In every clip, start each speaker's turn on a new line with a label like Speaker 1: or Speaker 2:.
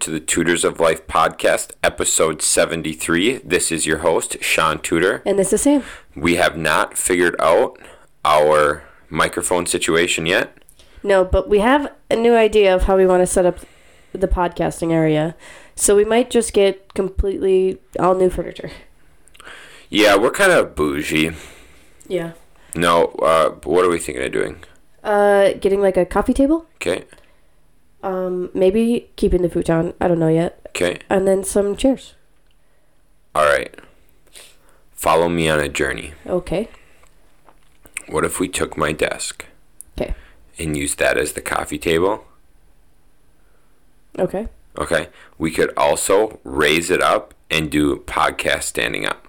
Speaker 1: to the Tutors of Life podcast, episode 73. This is your host, Sean Tudor.
Speaker 2: And this is Sam.
Speaker 1: We have not figured out our microphone situation yet.
Speaker 2: No, but we have a new idea of how we want to set up the podcasting area. So we might just get completely all new furniture.
Speaker 1: Yeah, we're kind of bougie.
Speaker 2: Yeah.
Speaker 1: No, uh, what are we thinking of doing?
Speaker 2: Uh, getting like a coffee table.
Speaker 1: Okay,
Speaker 2: Um, maybe keeping the futon. I don't know yet.
Speaker 1: okay,
Speaker 2: And then some chairs.
Speaker 1: all right. Follow me on a journey.
Speaker 2: Okay.
Speaker 1: What if we took my desk
Speaker 2: Okay.
Speaker 1: and used that as the coffee table?
Speaker 2: Okay.
Speaker 1: Okay, we could also raise it up and do podcast standing up.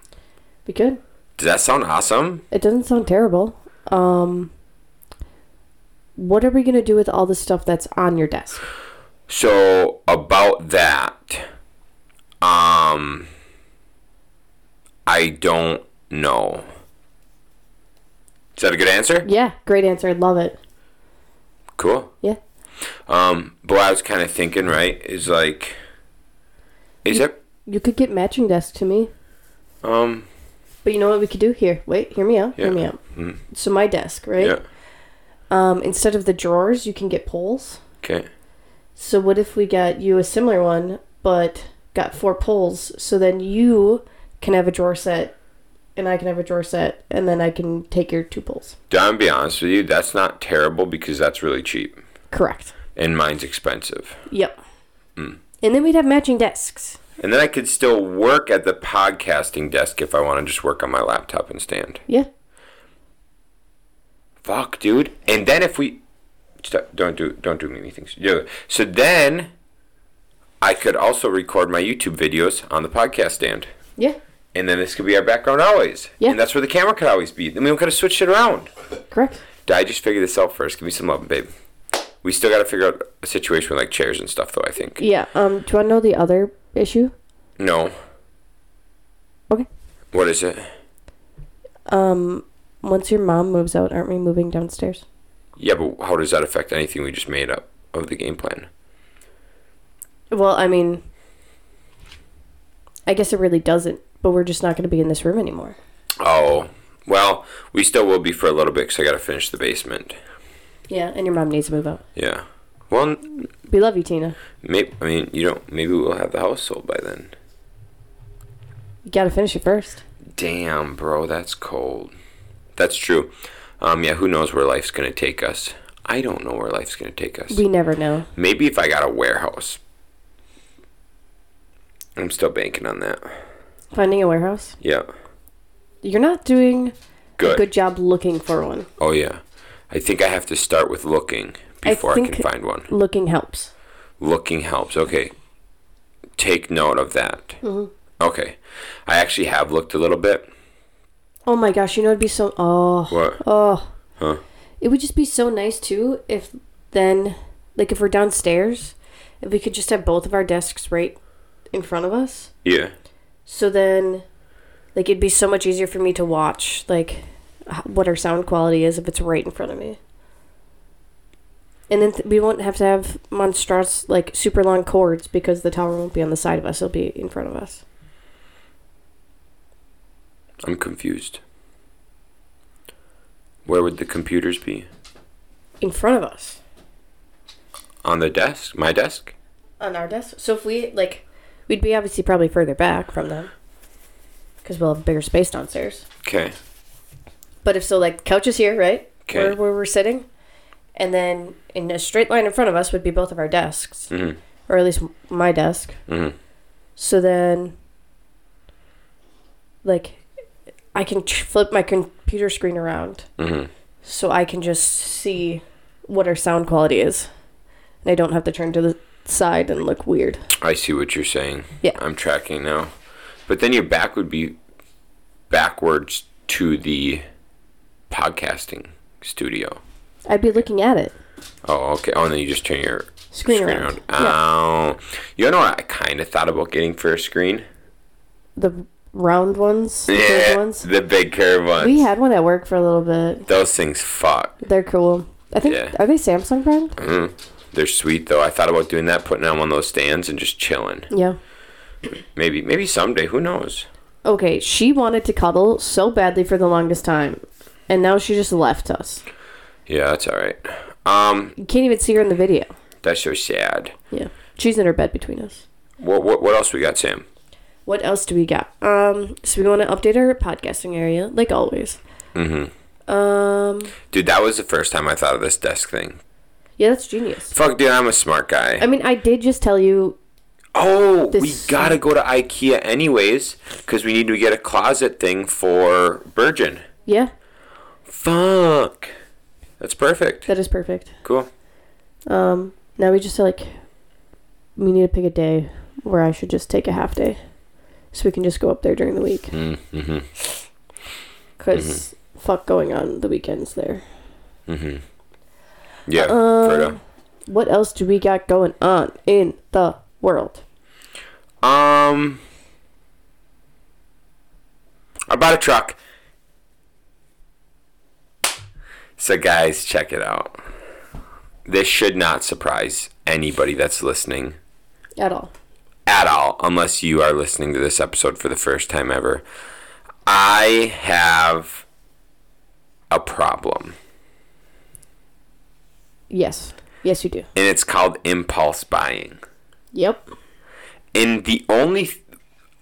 Speaker 2: Be good.
Speaker 1: Does that sound awesome?
Speaker 2: It doesn't sound terrible. Um, what are we gonna do with all the stuff that's on your desk?
Speaker 1: So about that, um, I don't know. Is that a good answer?
Speaker 2: Yeah, great answer. I love it.
Speaker 1: Cool.
Speaker 2: Yeah.
Speaker 1: Um, but what I was kind of thinking, right, is like, is it?
Speaker 2: You could get matching desks to me.
Speaker 1: Um,
Speaker 2: But you know what we could do here? Wait, hear me out.
Speaker 1: Yeah.
Speaker 2: Hear me out.
Speaker 1: Mhm.
Speaker 2: So my desk, right?
Speaker 1: yeah.
Speaker 2: Um, instead of the drawers, you can get poles.
Speaker 1: Okay.
Speaker 2: So what if we got you a similar one, but got four poles? So then you can have a drawer set, and I can have a drawer set, and then I can take your two poles.
Speaker 1: Dude, I'm gonna be honest with you. That's not terrible because that's really cheap,
Speaker 2: Correct.
Speaker 1: and mine's expensive.
Speaker 2: Yep.
Speaker 1: Hmm.
Speaker 2: And then we'd have matching desks.
Speaker 1: And then I could still work at the podcasting desk if I want to just work on my laptop and stand.
Speaker 2: Yeah.
Speaker 1: Fuck, dude. And then if we stop, don't do don't do many things. Yeah. So then I could also record my YouTube videos on the podcast stand.
Speaker 2: Yeah.
Speaker 1: And then this could be our background always.
Speaker 2: Yeah.
Speaker 1: And that's where the camera could always be. Then we could have switched it around.
Speaker 2: Correct.
Speaker 1: I just figured this out first. Give me some love, babe. We still got to figure out a situation with like chairs and stuff, though. I think.
Speaker 2: Yeah. Um. Do you want to know the other issue?
Speaker 1: No.
Speaker 2: Okay.
Speaker 1: What is it?
Speaker 2: Um. Once your mom moves out, aren't we moving downstairs?
Speaker 1: Yeah, but how does that affect anything we just made up of the game plan?
Speaker 2: Well, I mean, I guess it really doesn't, but we're just not going to be in this room anymore.
Speaker 1: Oh, well, we still will be for a little bit because I got to finish the basement.
Speaker 2: Yeah, and your mom needs to move out.
Speaker 1: Yeah. Well,
Speaker 2: We love you, Tina.
Speaker 1: maybe I mean you don't. Maybe we'll have the house sold by then.
Speaker 2: You got to finish it first.
Speaker 1: Damn, bro, that's cold. That's true. Um, yeah, who knows where life's gonna take us? I don't know where life's gonna take us.
Speaker 2: We never know.
Speaker 1: Maybe if I got a warehouse. I'm still banking on that.
Speaker 2: Finding a warehouse.
Speaker 1: Yeah.
Speaker 2: You're not doing a
Speaker 1: Good.
Speaker 2: good job looking for one.
Speaker 1: Oh yeah. I think I have to start with looking
Speaker 2: I
Speaker 1: before I, can
Speaker 2: think-
Speaker 1: find one.
Speaker 2: Looking helps.
Speaker 1: Looking helps. Okay. Take note of that. Okay. I actually have looked a little bit.
Speaker 2: Oh my gosh, you know it'd be so oh
Speaker 1: What?
Speaker 2: oh.
Speaker 1: Huh?
Speaker 2: It would just be so nice too if then like if we're downstairs, if we could just have both of our desks right in front of us.
Speaker 1: Yeah.
Speaker 2: So then, like, it'd be so much easier for me to watch, like, h- what our sound quality is if it's right in front of me. And then th- we won't have to have monstrous, like, super long cords because the tower won't be on the side of us, it'll be in front of us.
Speaker 1: I'm confused. Where would the computers be?
Speaker 2: In front of us.
Speaker 1: On the desk? My desk?
Speaker 2: On our desk. So if we, like, we'd be obviously probably further back from them because we'll have bigger space downstairs.
Speaker 1: Okay.
Speaker 2: But if so, like, couch is here, right?
Speaker 1: Okay.
Speaker 2: Where, where we're sitting. And then in a straight line in front of us would be both of our desks.
Speaker 1: Mhm.
Speaker 2: or at least my desk.
Speaker 1: Mhm.
Speaker 2: So then, like, I can ch- flip my computer screen around
Speaker 1: Mhm.
Speaker 2: so I can just see what our sound quality is, and I don't have to turn to the side and look weird.
Speaker 1: I see what you're saying.
Speaker 2: Yeah.
Speaker 1: I'm tracking now. But then your back would be backwards to the podcasting studio.
Speaker 2: I'd be looking at it.
Speaker 1: Oh, okay. Oh, and then you just turn your
Speaker 2: Screen
Speaker 1: screen around.
Speaker 2: around. Yeah.
Speaker 1: Oh. You know what I kind of thought about getting for a screen?
Speaker 2: The round ones, the big ones.
Speaker 1: The big curve ones.
Speaker 2: We had one at work for a little bit.
Speaker 1: Those things fuck.
Speaker 2: They're cool. I think
Speaker 1: Yeah.
Speaker 2: are they Samsung brand?
Speaker 1: Mhm. They're sweet though. I thought about doing that, putting on one of those stands and just chilling.
Speaker 2: Yeah.
Speaker 1: Maybe, maybe someday. Who knows?
Speaker 2: Okay, she wanted to cuddle so badly for the longest time, and now she just left us.
Speaker 1: Yeah, that's all right. Um,
Speaker 2: You can't even see her in the video.
Speaker 1: that's so sad.
Speaker 2: Yeah. She's in her bed between us.
Speaker 1: What, what, what else we got, Sam?
Speaker 2: What else do we got? Um, so we want to update our podcasting area, like always. Mm-hmm. Um,
Speaker 1: Dude, that was the first time I thought of this desk thing.
Speaker 2: yeah, that's genius.
Speaker 1: Fuck, dude, I'm a smart guy.
Speaker 2: I mean, I did just tell you.
Speaker 1: oh, we
Speaker 2: This-
Speaker 1: gotta go to IKEA anyways because we need to get a closet thing for Virgin.
Speaker 2: Yeah,
Speaker 1: Fuck, that's perfect.
Speaker 2: that is perfect.
Speaker 1: Cool.
Speaker 2: Um, now we just like we need to pick a day where I should just take a half day, so we can just go up there during the week.
Speaker 1: Mm-hmm.
Speaker 2: because fuck going on the weekends there.
Speaker 1: Mm-hmm. Yeah,
Speaker 2: Um, What else do we got going on in the world?
Speaker 1: Fredo. Um, I bought a truck. So, guys, check it out. This should not surprise anybody that's listening.
Speaker 2: At all?
Speaker 1: at all, unless you are listening to this episode for the first time ever, I have a problem.
Speaker 2: Yes, yes, you do.
Speaker 1: And it's called impulse buying.
Speaker 2: Yep.
Speaker 1: And the only, th-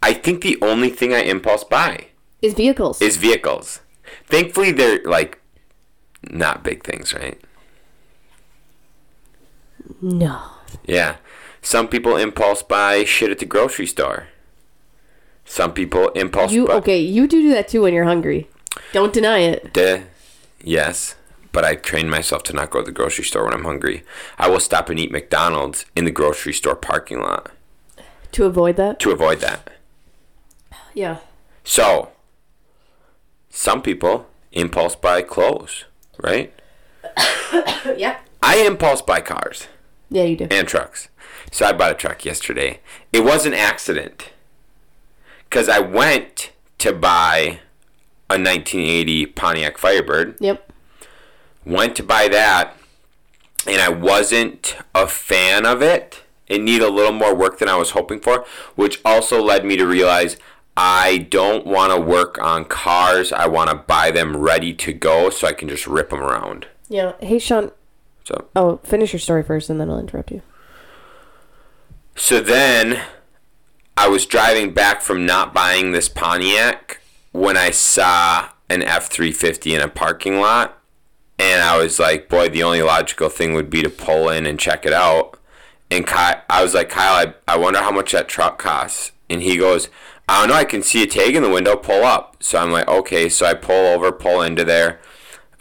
Speaker 1: I think the only thing I impulse buy
Speaker 2: Is vehicles?
Speaker 1: is vehicles. Thankfully, they're like not big things, right?
Speaker 2: no.
Speaker 1: Yeah. Some people impulse buy shit at the grocery store. Some people impulse
Speaker 2: You
Speaker 1: buy.
Speaker 2: okay? You do do that too when you're hungry. Don't deny it.
Speaker 1: Duh. Yes, but I trained myself to not go to the grocery store when I'm hungry. I will stop and eat McDonald's in the grocery store parking lot
Speaker 2: To avoid that?
Speaker 1: to avoid that.
Speaker 2: Yeah.
Speaker 1: So, some people impulse buy clothes, right?
Speaker 2: yeah.
Speaker 1: I impulse buy cars
Speaker 2: Yeah, you do.
Speaker 1: and trucks. So I bought a truck yesterday. It was an accident because I went to buy a 1980 Pontiac Firebird.
Speaker 2: Yep.
Speaker 1: went to buy that and I wasn't a fan of it. It needed a little more work than I was hoping for, which also led me to realize I don't want to work on cars. I want to buy them ready to go so I can just rip them around.
Speaker 2: Yeah. Hey, Sean.
Speaker 1: So,
Speaker 2: Oh, finish your story first, and then I'll interrupt you.
Speaker 1: so then I was driving back from not buying this Pontiac when I saw an F350 in a parking lot and I was like, boy, the only logical thing would be to pull in and check it out. And Ky- I was like, Kyle, I, I wonder how much that truck costs. And he goes, I don't know. I can see a tag in the window. Pull up. So I'm like, okay. So I pull over, pull into there.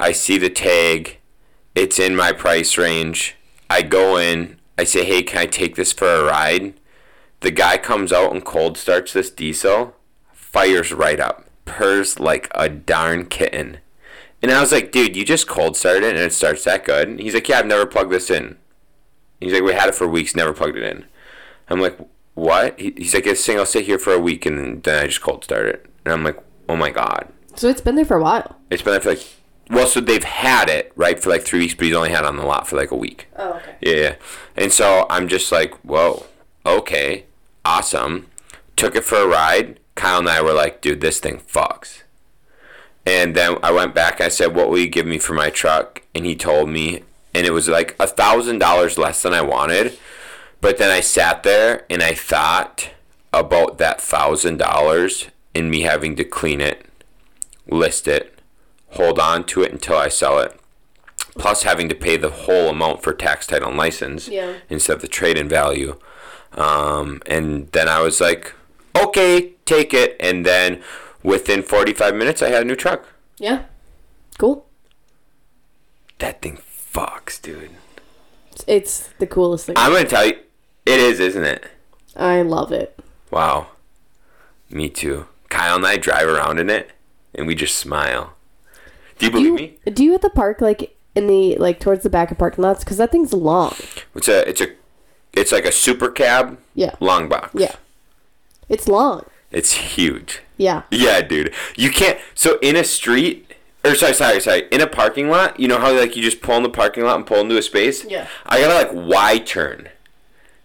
Speaker 1: I see the tag. It's in my price range. I go in. I say, hey, can I take this for a ride? The guy comes out and cold starts this diesel, fires right up, purrs like a darn kitten. And I was like, dude, you just cold started it and it starts that good. And he's like, yeah, I've never plugged this in. He's like, we had it for weeks, never plugged it in. I'm like, what? He- He's like, it's saying I'll sit here for a week and then I just cold start it. And I'm like, oh my God.
Speaker 2: So it's been there for a while.
Speaker 1: It's been there for like, well, so they've had it, right, for like three weeks, but he's only had it on the lot for like a week.
Speaker 2: Oh, okay.
Speaker 1: Yeah, yeah. And so I'm just like, whoa, okay, awesome. Took it for a ride. Kyle and I were like, dude, this thing fucks. And then I went back. I said, what will you give me for my truck? And he told me, and it was like a thousand dollars less than I wanted. But then I sat there and I thought about that thousand dollars and me having to clean it, list it, hold on to it until I sell it plus having to pay the whole amount for tax title and license
Speaker 2: Yeah.
Speaker 1: instead of the trade in value um, and then i was like okay take it and then within 45 minutes i had a new truck
Speaker 2: Yeah. Cool.
Speaker 1: that thing fucks dude
Speaker 2: It's, it's the coolest thing.
Speaker 1: i'm gonna tell you it is isn't it
Speaker 2: I love it.
Speaker 1: wow me too kyle and i drive around in it and we just smile do you believe me
Speaker 2: you, do you at the park like in the like towards the back of parking lots? Because that thing's long.
Speaker 1: it's a it's a it's like a super cab
Speaker 2: Yeah.
Speaker 1: long box
Speaker 2: Yeah. It's long.
Speaker 1: it's huge
Speaker 2: Yeah.
Speaker 1: Yeah, dude. You can't. So in a street or sorry, sorry, sorry, in a parking lot. You know how like you just pull in the parking lot and pull into a space.
Speaker 2: Yeah.
Speaker 1: I gotta like Y turn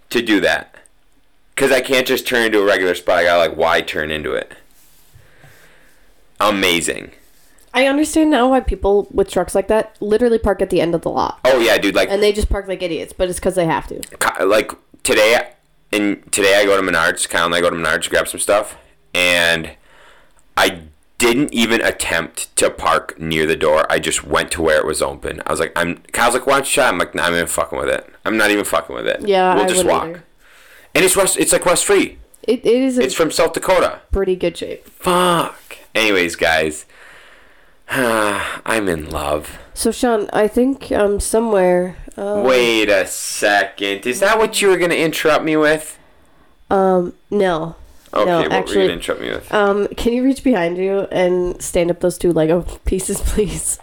Speaker 1: to do that, cause I can't just turn into a regular spot. I gotta like Y turn into it. Amazing.
Speaker 2: I understand now why people with trucks like that literally park at the end of the lot.
Speaker 1: Oh yeah, dude. Like
Speaker 2: And they just park like idiots, but it's because they have to.
Speaker 1: co- like today and today I go to Menards, Kyle and I go to Menards to grab some stuff, and I didn't even attempt to park near the door. I just went to where it was open. I was like, I'm Kyle's like, why don't you try? I'm like, nah, I'm not even fucking with it. I'm not even fucking with it.
Speaker 2: Yeah,
Speaker 1: we'll
Speaker 2: I
Speaker 1: just
Speaker 2: wouldn't
Speaker 1: walk.
Speaker 2: either.
Speaker 1: And it's West. It's like West Free.
Speaker 2: It, it is in
Speaker 1: It's from South Dakota.
Speaker 2: pretty good shape.
Speaker 1: Fuck. Anyways, guys, I'm in love.
Speaker 2: So, Sean, I think um somewhere. Uh,
Speaker 1: Wait a second. Is that what you were gonna interrupt me with?
Speaker 2: um, no.
Speaker 1: Okay,
Speaker 2: no,
Speaker 1: what were you
Speaker 2: actually,
Speaker 1: gonna interrupt me with?
Speaker 2: um, can you reach behind you and stand up those two Lego pieces, please?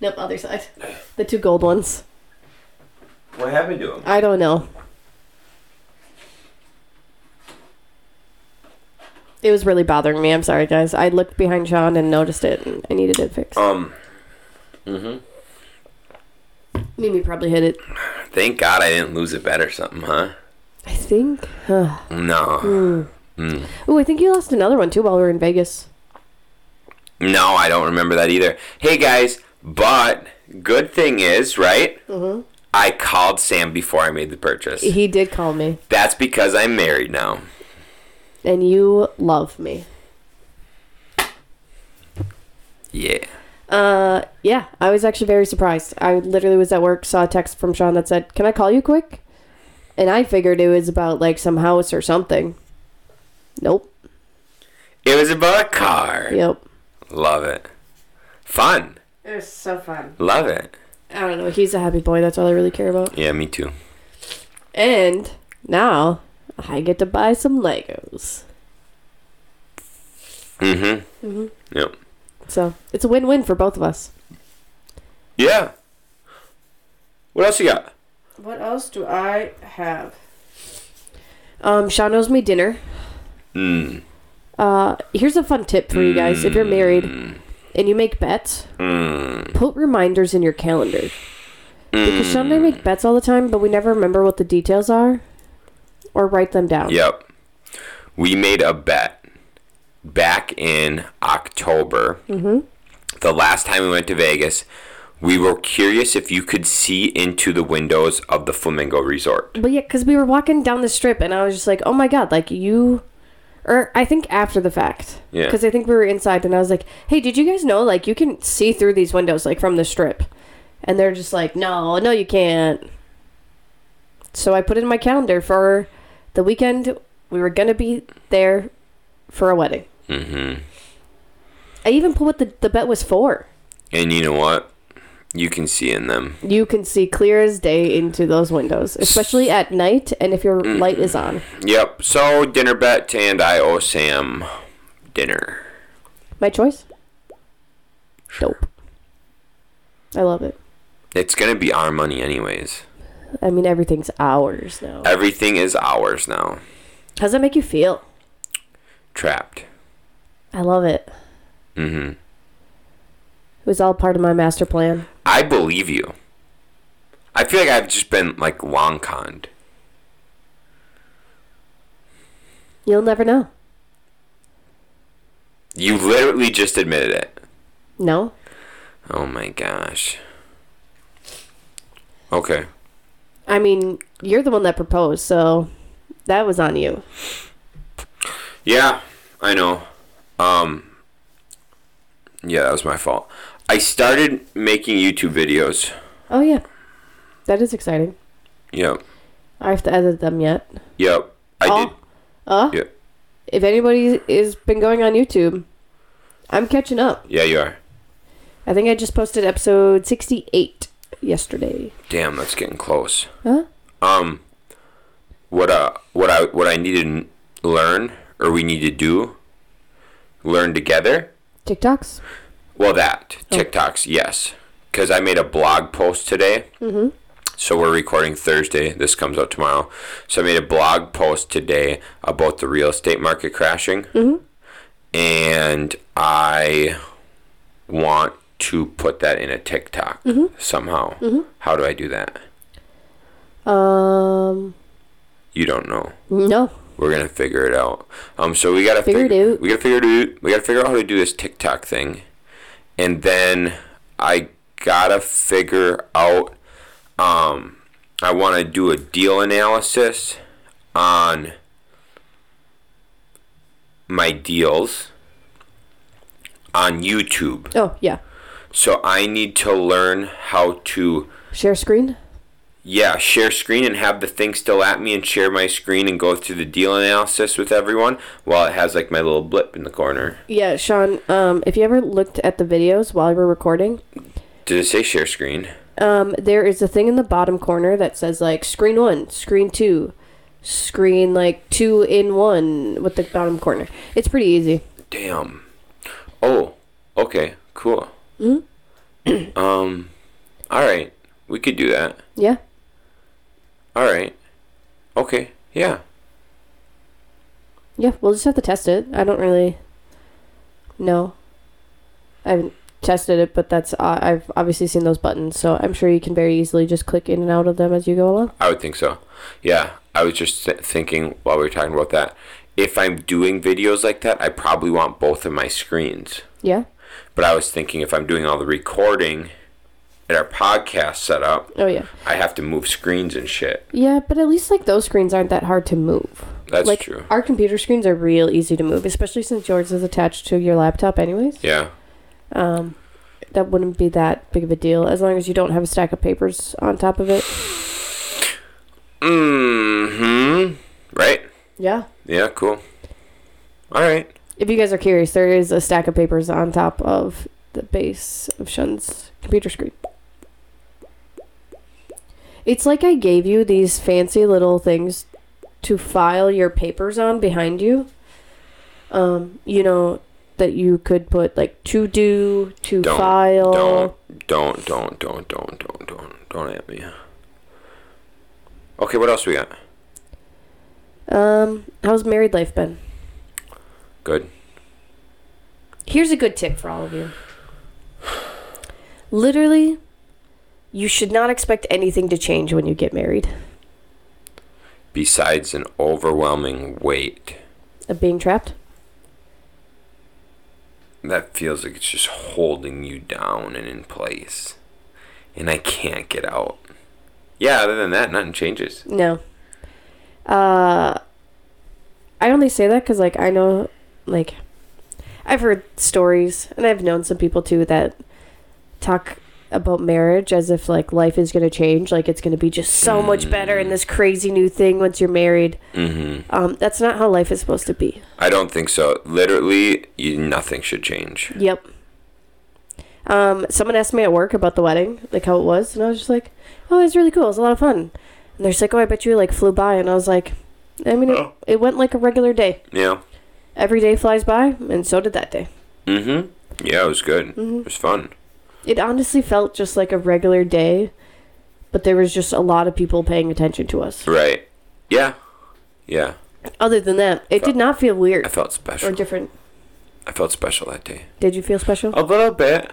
Speaker 2: Nope, other side. The two gold ones.
Speaker 1: What happened to him?
Speaker 2: I don't know. It was really bothering me. I'm sorry, guys. I looked behind Sean and noticed it, and I needed it fixed.
Speaker 1: Um. hmm
Speaker 2: Mimi probably hit it.
Speaker 1: Thank God I didn't lose a bet or something, huh?
Speaker 2: I think.
Speaker 1: No. Mm.
Speaker 2: Oh, I think you lost another one too while we were in Vegas.
Speaker 1: No, I don't remember that either. Hey guys, but good thing is, right?
Speaker 2: Mhm.
Speaker 1: I called Sam before I made the purchase.
Speaker 2: He did call me,
Speaker 1: That's because I'm married now.
Speaker 2: and you love me.
Speaker 1: Yeah.
Speaker 2: Uh, yeah, I was actually very surprised. I literally was at work, saw a text from Sean that said, "Can I call you quick?" And I figured it was about like some house or something. Nope.
Speaker 1: It was about a car.
Speaker 2: Yep.
Speaker 1: Love it. Fun.
Speaker 2: It was so fun.
Speaker 1: Love it.
Speaker 2: I don't know. He's a happy boy. That's all I really care about.
Speaker 1: Yeah, me too.
Speaker 2: And now I get to buy some Legos.
Speaker 1: Mm-hmm.
Speaker 2: Mhm.
Speaker 1: Yep.
Speaker 2: So it's a win-win for both of us.
Speaker 1: Yeah. What else you got?
Speaker 2: What else do I have? Um, Sean owes me dinner.
Speaker 1: Mm.
Speaker 2: Uh, here's a fun tip for you guys: if you're married and you make bets,
Speaker 1: Mm.
Speaker 2: put reminders in your calendar. Because Sean
Speaker 1: Mm.
Speaker 2: and I make bets all the time, but we never remember what the details are, or write them down.
Speaker 1: Yep. We made a bet back in October. Mm-hmm. The last time we went to Vegas, we were curious if you could see into the windows of the Flamingo Resort.
Speaker 2: But yeah, because we were walking down the strip, and I was just like, "Oh my god!" Like you, or I think after the fact.
Speaker 1: Yeah.
Speaker 2: Because I think we were inside, and I was like, "Hey, did you guys know? Like you can see through these windows, like from the strip." And they're just like, "No, no, you can't." So I put it in my calendar for the weekend. We were gonna be there for a wedding.
Speaker 1: Mm-hmm.
Speaker 2: I even put what the, the bet was for.
Speaker 1: And you know what? You can see in them.
Speaker 2: You can see clear as day into those windows, especially at night, and if your light is
Speaker 1: Mm.
Speaker 2: on.
Speaker 1: Yep. So dinner bet, and I owe Sam dinner.
Speaker 2: My choice? Dope. I love it.
Speaker 1: It's gonna be our money anyways.
Speaker 2: I mean, everything's ours now.
Speaker 1: Everything is ours now.
Speaker 2: How does that make you feel?
Speaker 1: Trapped.
Speaker 2: I love it. It
Speaker 1: Mm-hmm.
Speaker 2: was all part of my master plan.
Speaker 1: I believe you. I feel like I've just been like long conned.
Speaker 2: You'll never know.
Speaker 1: You literally just admitted it.
Speaker 2: No?
Speaker 1: Oh my gosh. Okay.
Speaker 2: I mean, you're the one that proposed, so that was on you.
Speaker 1: Yeah, I know. Um Yeah, that was my fault. I started making YouTube videos.
Speaker 2: Oh, yeah. That is exciting.
Speaker 1: Yep.
Speaker 2: I have to edit them yet.
Speaker 1: Yep. I
Speaker 2: Oh.
Speaker 1: did.
Speaker 2: Uh,
Speaker 1: Yeah.
Speaker 2: If anybody has been going on YouTube, I'm catching up.
Speaker 1: Yeah, you are.
Speaker 2: I think I just posted episode 68 yesterday.
Speaker 1: Damn, that's getting close.
Speaker 2: Huh?
Speaker 1: Um what uh what I what I need to n- learn or we need to do learn together
Speaker 2: TikToks?
Speaker 1: Well, that TikToks, yes, because I made a blog post today. Mm-hmm. So we're recording Thursday. This comes out tomorrow. So I made a blog post today about the real estate market crashing, mm-hmm. and I want to put that in a TikTok somehow. How do I do that?
Speaker 2: Um,
Speaker 1: You don't know.
Speaker 2: no.
Speaker 1: We're gonna figure it out. Um, so we gotta
Speaker 2: Figure it
Speaker 1: fig-
Speaker 2: out.
Speaker 1: We gotta figure it out. We gotta figure out how to do this TikTok thing, and then I gotta figure out. Um, I want to do a deal analysis on my deals on YouTube.
Speaker 2: Oh, yeah.
Speaker 1: So I need to learn how to
Speaker 2: Share screen?
Speaker 1: yeah, share screen and have the thing still at me and share my screen and go through the deal analysis with everyone while it has like my little blip in the corner.
Speaker 2: Yeah, Sean, um, if you ever looked at the videos while we were recording,
Speaker 1: Did it say share screen?
Speaker 2: um, there is a thing in the bottom corner that says, like, screen one, screen two, screen, like, two in one with the bottom corner. It's pretty easy.
Speaker 1: Damn. Oh, okay, cool. um, all right, we could do that.
Speaker 2: Yeah?
Speaker 1: All right, okay, yeah.
Speaker 2: Yeah, we'll just have to test it. I don't really know. I haven't tested it, but that's uh, I've obviously seen those buttons, so I'm sure you can very easily just click in and out of them as you go along.
Speaker 1: I would think so. Yeah, I was just th- thinking while we were talking about that. If I'm doing videos like that, I probably want both of my screens.
Speaker 2: Yeah.
Speaker 1: But I was thinking if I'm doing all the recording at our podcast setup,
Speaker 2: Oh yeah.
Speaker 1: I have to move screens and shit.
Speaker 2: Yeah, but at least like those screens aren't that hard to move.
Speaker 1: That's
Speaker 2: like
Speaker 1: true.
Speaker 2: our computer screens are real easy to move, especially since yours is attached to your laptop anyways.
Speaker 1: Yeah.
Speaker 2: Um that wouldn't be that big of a deal as long as you don't have a stack of papers on top of it.
Speaker 1: Mm-hmm. Right?
Speaker 2: Yeah.
Speaker 1: Yeah, cool. All right.
Speaker 2: If you guys are curious, there is a stack of papers on top of the base of Shun's computer screen. It's like I gave you these fancy little things to file your papers on behind you. Um, you know, that you could put like to do, to
Speaker 1: Don't,
Speaker 2: file.
Speaker 1: Don't, don't, don't, don't, don't, don't, don't, don't at me. Okay, what else we got?
Speaker 2: Um, how's married life been?
Speaker 1: Good.
Speaker 2: Here's a good tip for all of you. Literally, you should not expect anything to change when you get married.
Speaker 1: Besides an overwhelming weight,
Speaker 2: of being trapped.
Speaker 1: that feels like it's just holding you down and in place. And I can't get out. Yeah, other than that, nothing changes.
Speaker 2: No. Uh, I only say that because, like, I know, like, I've heard stories, and I've known some people too that talk about marriage as if like life is going to change, like it's going to be just so much better and this crazy new thing once you're married.
Speaker 1: Mm-hmm.
Speaker 2: Um, that's not how life is supposed to be.
Speaker 1: I don't think so. Literally, you, nothing should change.
Speaker 2: Yep. Um, someone asked me at work about the wedding, like how it was, and I was just like, "Oh, it was really cool. It was a lot of fun." And they're just like, "Oh, I bet you like flew by," and I was like, "I mean, it,
Speaker 1: Oh.
Speaker 2: it went like a regular day.
Speaker 1: Yeah.
Speaker 2: Every day flies by, and so did that day. Mm-hmm.
Speaker 1: Mm-hmm. Yeah, it was good. It was fun.
Speaker 2: It honestly felt just like a regular day, but there was just a lot of people paying attention to us.
Speaker 1: Right. Yeah. Yeah.
Speaker 2: Other than that, it did not feel
Speaker 1: I
Speaker 2: weird
Speaker 1: felt
Speaker 2: or
Speaker 1: special.
Speaker 2: different.
Speaker 1: I felt special that day.
Speaker 2: Did you feel special?
Speaker 1: A little bit.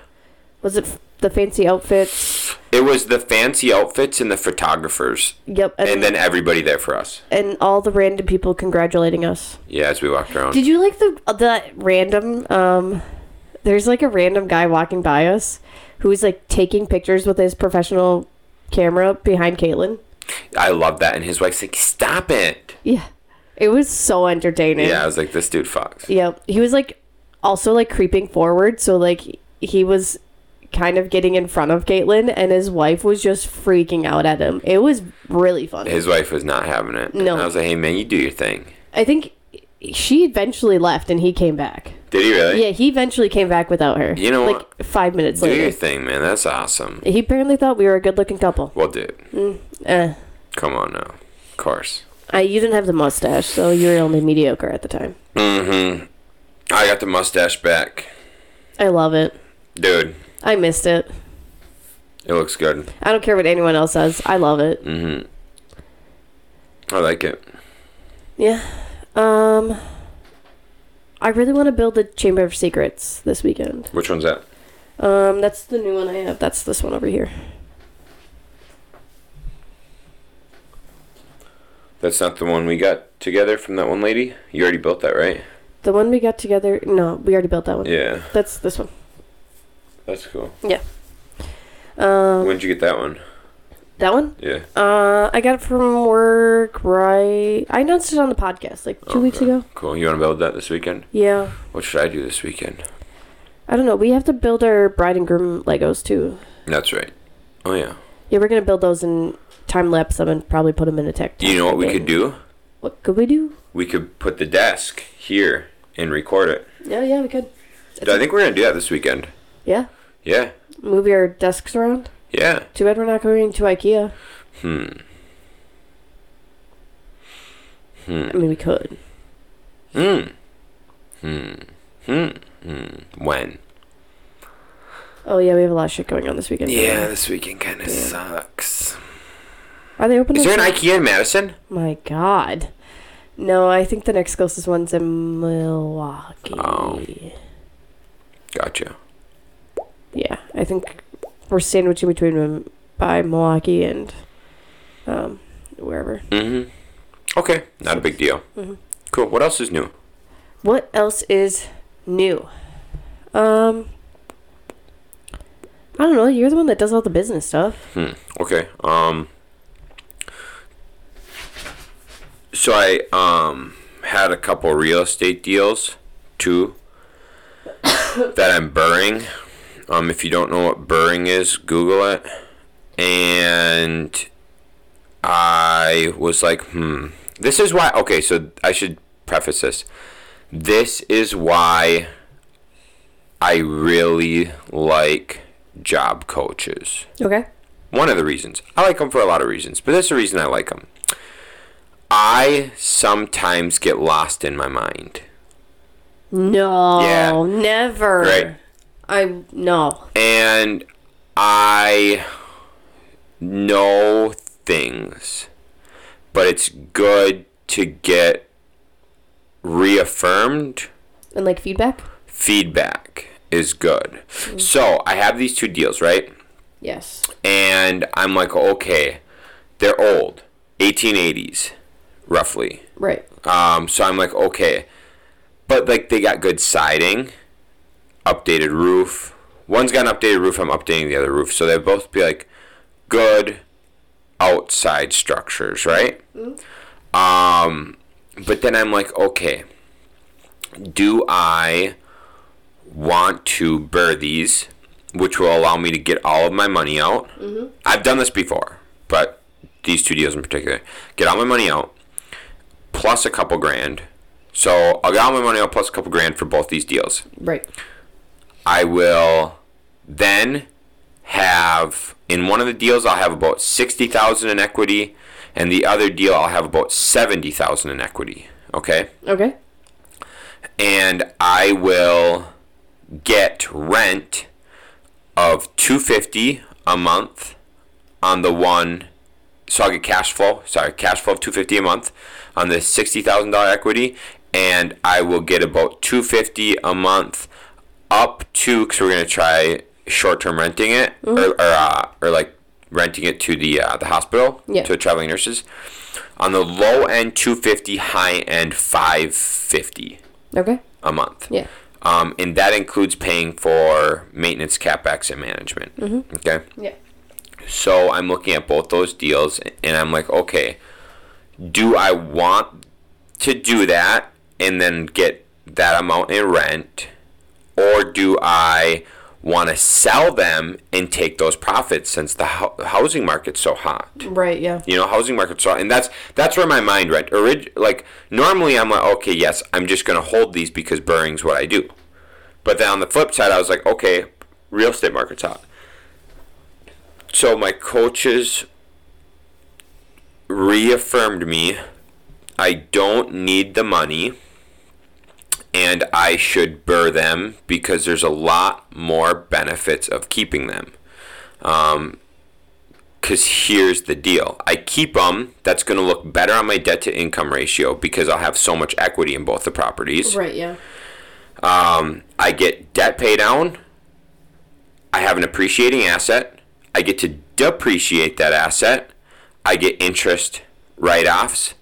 Speaker 2: Was it f- the fancy outfits?
Speaker 1: It was the fancy outfits and the photographers,
Speaker 2: Yep, and,
Speaker 1: and then everybody there for us.
Speaker 2: and all the random people congratulating us.
Speaker 1: Yeah, as we walked around.
Speaker 2: Did you like the the random um there's like a random guy walking by us who's like taking pictures with his professional camera behind Caitlin?
Speaker 1: I love that. And his wife's like, "Stop it."
Speaker 2: Yeah. It was so entertaining.
Speaker 1: Yeah, I was like, "This dude fucks."
Speaker 2: Yep. He was like also like creeping forward, so like he was kind of getting in front of Caitlin and his wife was just freaking out at him. It was really funny.
Speaker 1: His wife was not having it.
Speaker 2: No.
Speaker 1: And I was like, "Hey, man, you do your thing."
Speaker 2: I think she eventually left and he came back.
Speaker 1: Did he really?
Speaker 2: Yeah, he eventually came back without her.
Speaker 1: Uh, You know
Speaker 2: like five minutes
Speaker 1: Do
Speaker 2: later.
Speaker 1: your thing, man. That's awesome.
Speaker 2: He apparently thought we were a good-looking couple.
Speaker 1: Well, dude,
Speaker 2: Eh.
Speaker 1: come on now. Of course.
Speaker 2: I, you didn't have the mustache, so you were only mediocre at the time.
Speaker 1: Mm-hmm. I got the mustache back.
Speaker 2: I love it.
Speaker 1: Dude,
Speaker 2: I missed it.
Speaker 1: it looks good.
Speaker 2: I don't care what anyone else says. I love it.
Speaker 1: Mm-hmm. I like it.
Speaker 2: Yeah. Um. I really want to build a chamber of secrets this weekend.
Speaker 1: Which one's that?
Speaker 2: Um, that's the new one I have. That's this one over here.
Speaker 1: That's not the one we got together from that one lady. You already built that, right?
Speaker 2: The one we got together. No, we already built that one.
Speaker 1: Yeah,
Speaker 2: That's this one.
Speaker 1: that's cool.
Speaker 2: Um,
Speaker 1: When'd you get that one?
Speaker 2: that one.
Speaker 1: Yeah.
Speaker 2: Uh, I got it from work. Right. I announced it on the podcast like two weeks
Speaker 1: Okay.
Speaker 2: ago.
Speaker 1: Cool. You want to build that this weekend?
Speaker 2: Yeah.
Speaker 1: What should I do this weekend?
Speaker 2: I don't know. We have to build our bride and groom Legos too.
Speaker 1: That's right. Oh yeah.
Speaker 2: Yeah, we're gonna build those and time lapse them and probably put them in a tech.
Speaker 1: You know what we could do?
Speaker 2: What could we do?
Speaker 1: We could put the desk here and record it.
Speaker 2: Yeah, yeah, we could.
Speaker 1: Dude, I think we're gonna do that this weekend.
Speaker 2: Yeah,
Speaker 1: Yeah.
Speaker 2: move our desks around.
Speaker 1: Yeah.
Speaker 2: Too bad we're not going to IKEA.
Speaker 1: Hmm.
Speaker 2: I mean, we could.
Speaker 1: Hmm. Hmm. Hmm. Hmm. When?
Speaker 2: Oh yeah, we have a lot of shit going on this weekend.
Speaker 1: Yeah, this weekend kind of
Speaker 2: Yeah.
Speaker 1: sucks.
Speaker 2: Are they open?
Speaker 1: Is
Speaker 2: on
Speaker 1: there an
Speaker 2: Sun-
Speaker 1: IKEA in Madison?
Speaker 2: My God. No, I think the next closest one's in Milwaukee.
Speaker 1: Oh. Gotcha.
Speaker 2: Yeah, I think we're sandwiched in between them by Milwaukee and um, wherever.
Speaker 1: Mm-hmm. Okay. Not a big deal.
Speaker 2: Mhm.
Speaker 1: Cool. What else is new?
Speaker 2: What else is new? Um, I don't know. You're the one that does all the business stuff.
Speaker 1: Hmm. Okay. Um. So I um had a couple real estate deals, too. that I'm burring. Um, if you don't know what burring is, Google it. And I was like, hmm. This is why. Okay, so I should preface this. This is why I really like job coaches
Speaker 2: Okay.
Speaker 1: one of the reasons. I like them for a lot of reasons, but that's the reason I like them. I sometimes get lost in my mind,
Speaker 2: No.
Speaker 1: Yeah.
Speaker 2: Never.
Speaker 1: Right.
Speaker 2: I no.
Speaker 1: and I know things, but it's good to get reaffirmed
Speaker 2: And like feedback.
Speaker 1: feedback is good. So, I have these two deals, right?
Speaker 2: Yes.
Speaker 1: And I'm like, okay, they're old, 1880s, roughly.
Speaker 2: Right.
Speaker 1: Um, so I'm like, okay. But like they got good siding, updated roof. One's got an updated roof, I'm updating the other roof. So they both be like good outside structures, right? Um but then I'm like, okay, do I want to burr these, which will allow me to get all of my money out? I've done this before, but these two deals in particular. Get all my money out, plus a couple grand. So I'll get all my money out plus a couple grand for both these deals.
Speaker 2: Right.
Speaker 1: I will then have in one of the deals I'll have about sixty thousand in equity, and the other deal I'll have about seventy thousand in equity. Okay,
Speaker 2: Okay.
Speaker 1: and I will get rent of two fifty a month on the one. So I'll get cash flow. Sorry, cash flow of two fifty a month on the sixty thousand dollar equity, and I will get about two fifty a month up to because we're gonna try short term renting it or or, uh, or like renting it to the uh, the hospital
Speaker 2: Yeah.
Speaker 1: to traveling nurses. On the low end, two fifty. High end, five fifty
Speaker 2: Okay.
Speaker 1: a month.
Speaker 2: Yeah.
Speaker 1: Um, and that includes paying for maintenance, capex, and management. Okay.
Speaker 2: Yeah.
Speaker 1: So I'm looking at both those deals and I'm like, okay, do I want to do that and then get that amount in rent? Or do I want to sell them and take those profits since the hou- housing market's so hot?
Speaker 2: Right. Yeah.
Speaker 1: You know, housing market saw, and that's that's where my mind went. Orig- like normally, I'm like, okay, yes, I'm just gonna hold these because burring's what I do. But then on the flip side, I was like, okay, real estate market's hot. So my coaches reaffirmed me, I don't need the money, and I should burr them because there's a lot more benefits of keeping them. Because here's the deal I keep them, that's going to look better on my debt to income ratio because I'll have so much equity in both the properties.
Speaker 2: Right. Yeah.
Speaker 1: I get debt pay down I have an appreciating asset. I get to depreciate that asset. I get interest write offs.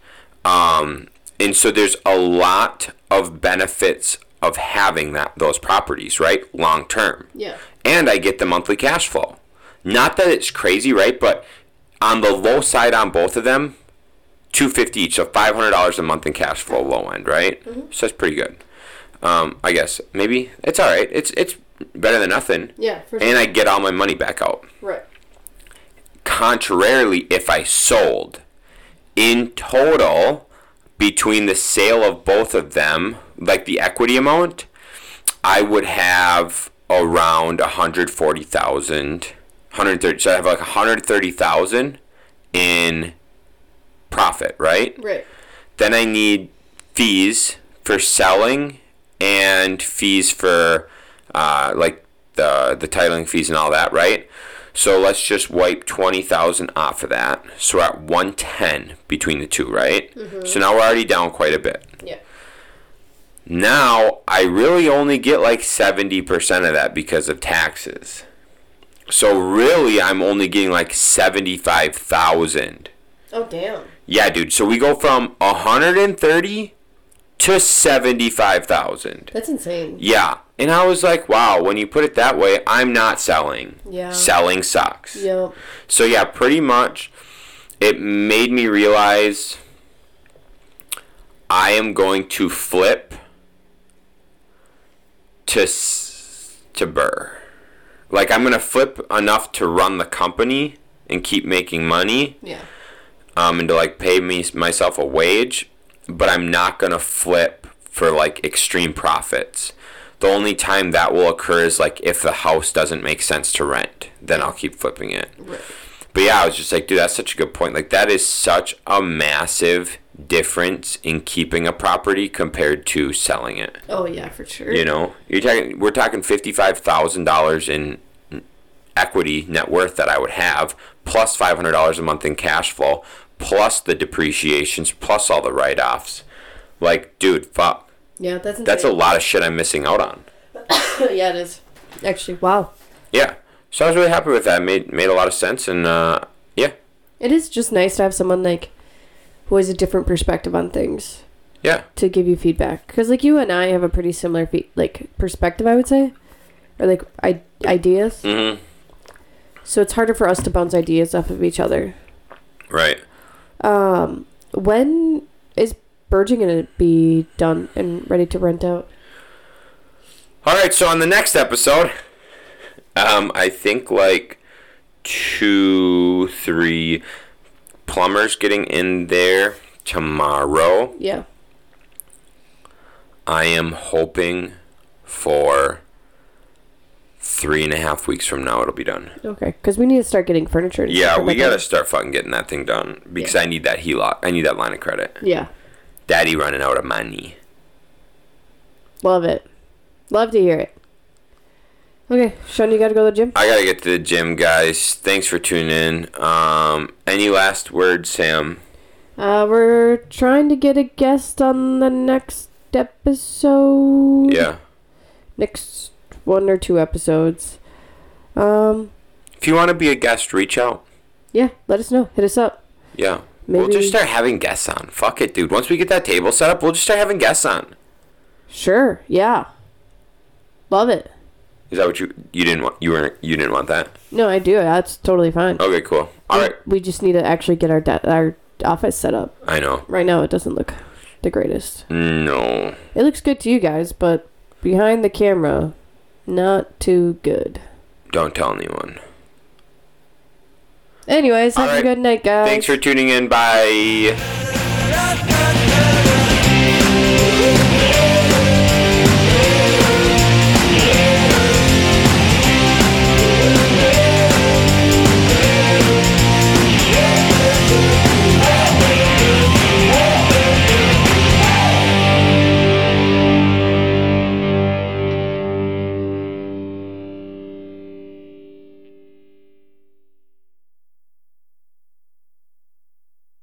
Speaker 1: Um, and so there's a lot of benefits of having that those properties, right? Long term.
Speaker 2: Yeah.
Speaker 1: And I get the monthly cash flow. Not that it's crazy, right? But on the low side on both of them, 250 each, so $500 a month in cash flow low end, right? So that's pretty good. Um, I guess maybe it's all right. It's it's better than nothing.
Speaker 2: Yeah, for
Speaker 1: And I get all my money back out
Speaker 2: Right.
Speaker 1: contrarily if I sold. In total, between the sale of both of them, like the equity amount, I would have around 140,000, 130, so I have like 130,000 in profit, right?
Speaker 2: Right.
Speaker 1: Then I need fees for selling and fees for uh, like the the titling fees and all that, right? So let's just wipe twenty thousand off of that. So we're at one ten between the two, right? So now we're already down quite a bit.
Speaker 2: Yeah.
Speaker 1: Now I really only get like seventy percent of that because of taxes. So really, I'm only getting like seventy five thousand.
Speaker 2: Oh damn.
Speaker 1: Yeah, dude. So we go from 130 to 75,000.
Speaker 2: That's insane.
Speaker 1: Yeah. And I was like, wow, when you put it that way, I'm not selling.
Speaker 2: Yeah.
Speaker 1: Selling sucks.
Speaker 2: Yep.
Speaker 1: So yeah, pretty much it made me realize I am going to flip to s- to Burr. Like I'm going to flip enough to run the company and keep making money
Speaker 2: Yeah.
Speaker 1: um, and to like pay me myself a wage, but I'm not gonna flip for like extreme profits. The only time that will occur is like if the house doesn't make sense to rent, then I'll keep flipping it.
Speaker 2: Right.
Speaker 1: But yeah, I was just like, dude, that's such a good point. Like that is such a massive difference in keeping a property compared to selling it.
Speaker 2: Oh yeah, for sure.
Speaker 1: You know, you're talking we're talking fifty five thousand dollars in equity net worth that I would have, plus five hundred dollars a month in cash flow, plus the depreciations, plus all the write offs. Like, dude, fuck.
Speaker 2: Yeah, that's insane.
Speaker 1: That's a lot of shit I'm missing out on.
Speaker 2: yeah, it is. Actually, wow.
Speaker 1: Yeah. So I was really happy with that. Made made a lot of sense and uh yeah.
Speaker 2: It is just nice to have someone like who has a different perspective on things
Speaker 1: Yeah.
Speaker 2: to give you feedback. Because like you and I have a pretty similar fe- like perspective, I would say, or like I- ideas.
Speaker 1: Mm-hmm.
Speaker 2: So it's harder for us to bounce ideas off of each other.
Speaker 1: Right.
Speaker 2: Um, when is Burgeon gonna be done and ready to rent out?
Speaker 1: All right, so on the next episode, um, I think like two, three plumbers getting in there tomorrow.
Speaker 2: Yeah.
Speaker 1: I am hoping for three and a half weeks from now it'll be done.
Speaker 2: Okay. Because we need to start getting furniture. and
Speaker 1: Yeah,
Speaker 2: stuff
Speaker 1: we
Speaker 2: like
Speaker 1: gotta
Speaker 2: that.
Speaker 1: start fucking getting that thing done because I need that HELOC. I need that line of credit.
Speaker 2: Yeah.
Speaker 1: Daddy running out of money.
Speaker 2: Love it. Love to hear it. Okay, Sean, you gotta go to the gym.
Speaker 1: I gotta get to the gym, guys. Thanks for tuning in. Um, any last words, Sam?
Speaker 2: Uh, we're trying to get a guest on the next episode.
Speaker 1: Yeah.
Speaker 2: Next one or two episodes. Um,
Speaker 1: If you want to be a guest, reach out.
Speaker 2: yeah, let us know. Hit us up.
Speaker 1: Yeah. We'll
Speaker 2: Maybe-
Speaker 1: just start having guests on. Fuck it, dude. Once we get that table set up, we'll just start having guests on.
Speaker 2: Sure. Yeah. Love it.
Speaker 1: Is that what you you didn't want? You weren't you didn't want that?
Speaker 2: No, I do. That's totally fine.
Speaker 1: Okay, cool. Oh, All
Speaker 2: We-
Speaker 1: right.
Speaker 2: We just need to actually get our de- our office set up.
Speaker 1: I know.
Speaker 2: Right now, it doesn't look the greatest.
Speaker 1: No.
Speaker 2: It looks good to you guys, but behind the camera, not too good.
Speaker 1: Don't tell anyone.
Speaker 2: Anyways, have
Speaker 1: All
Speaker 2: a
Speaker 1: right.
Speaker 2: good night, guys.
Speaker 1: Thanks for tuning in. Bye.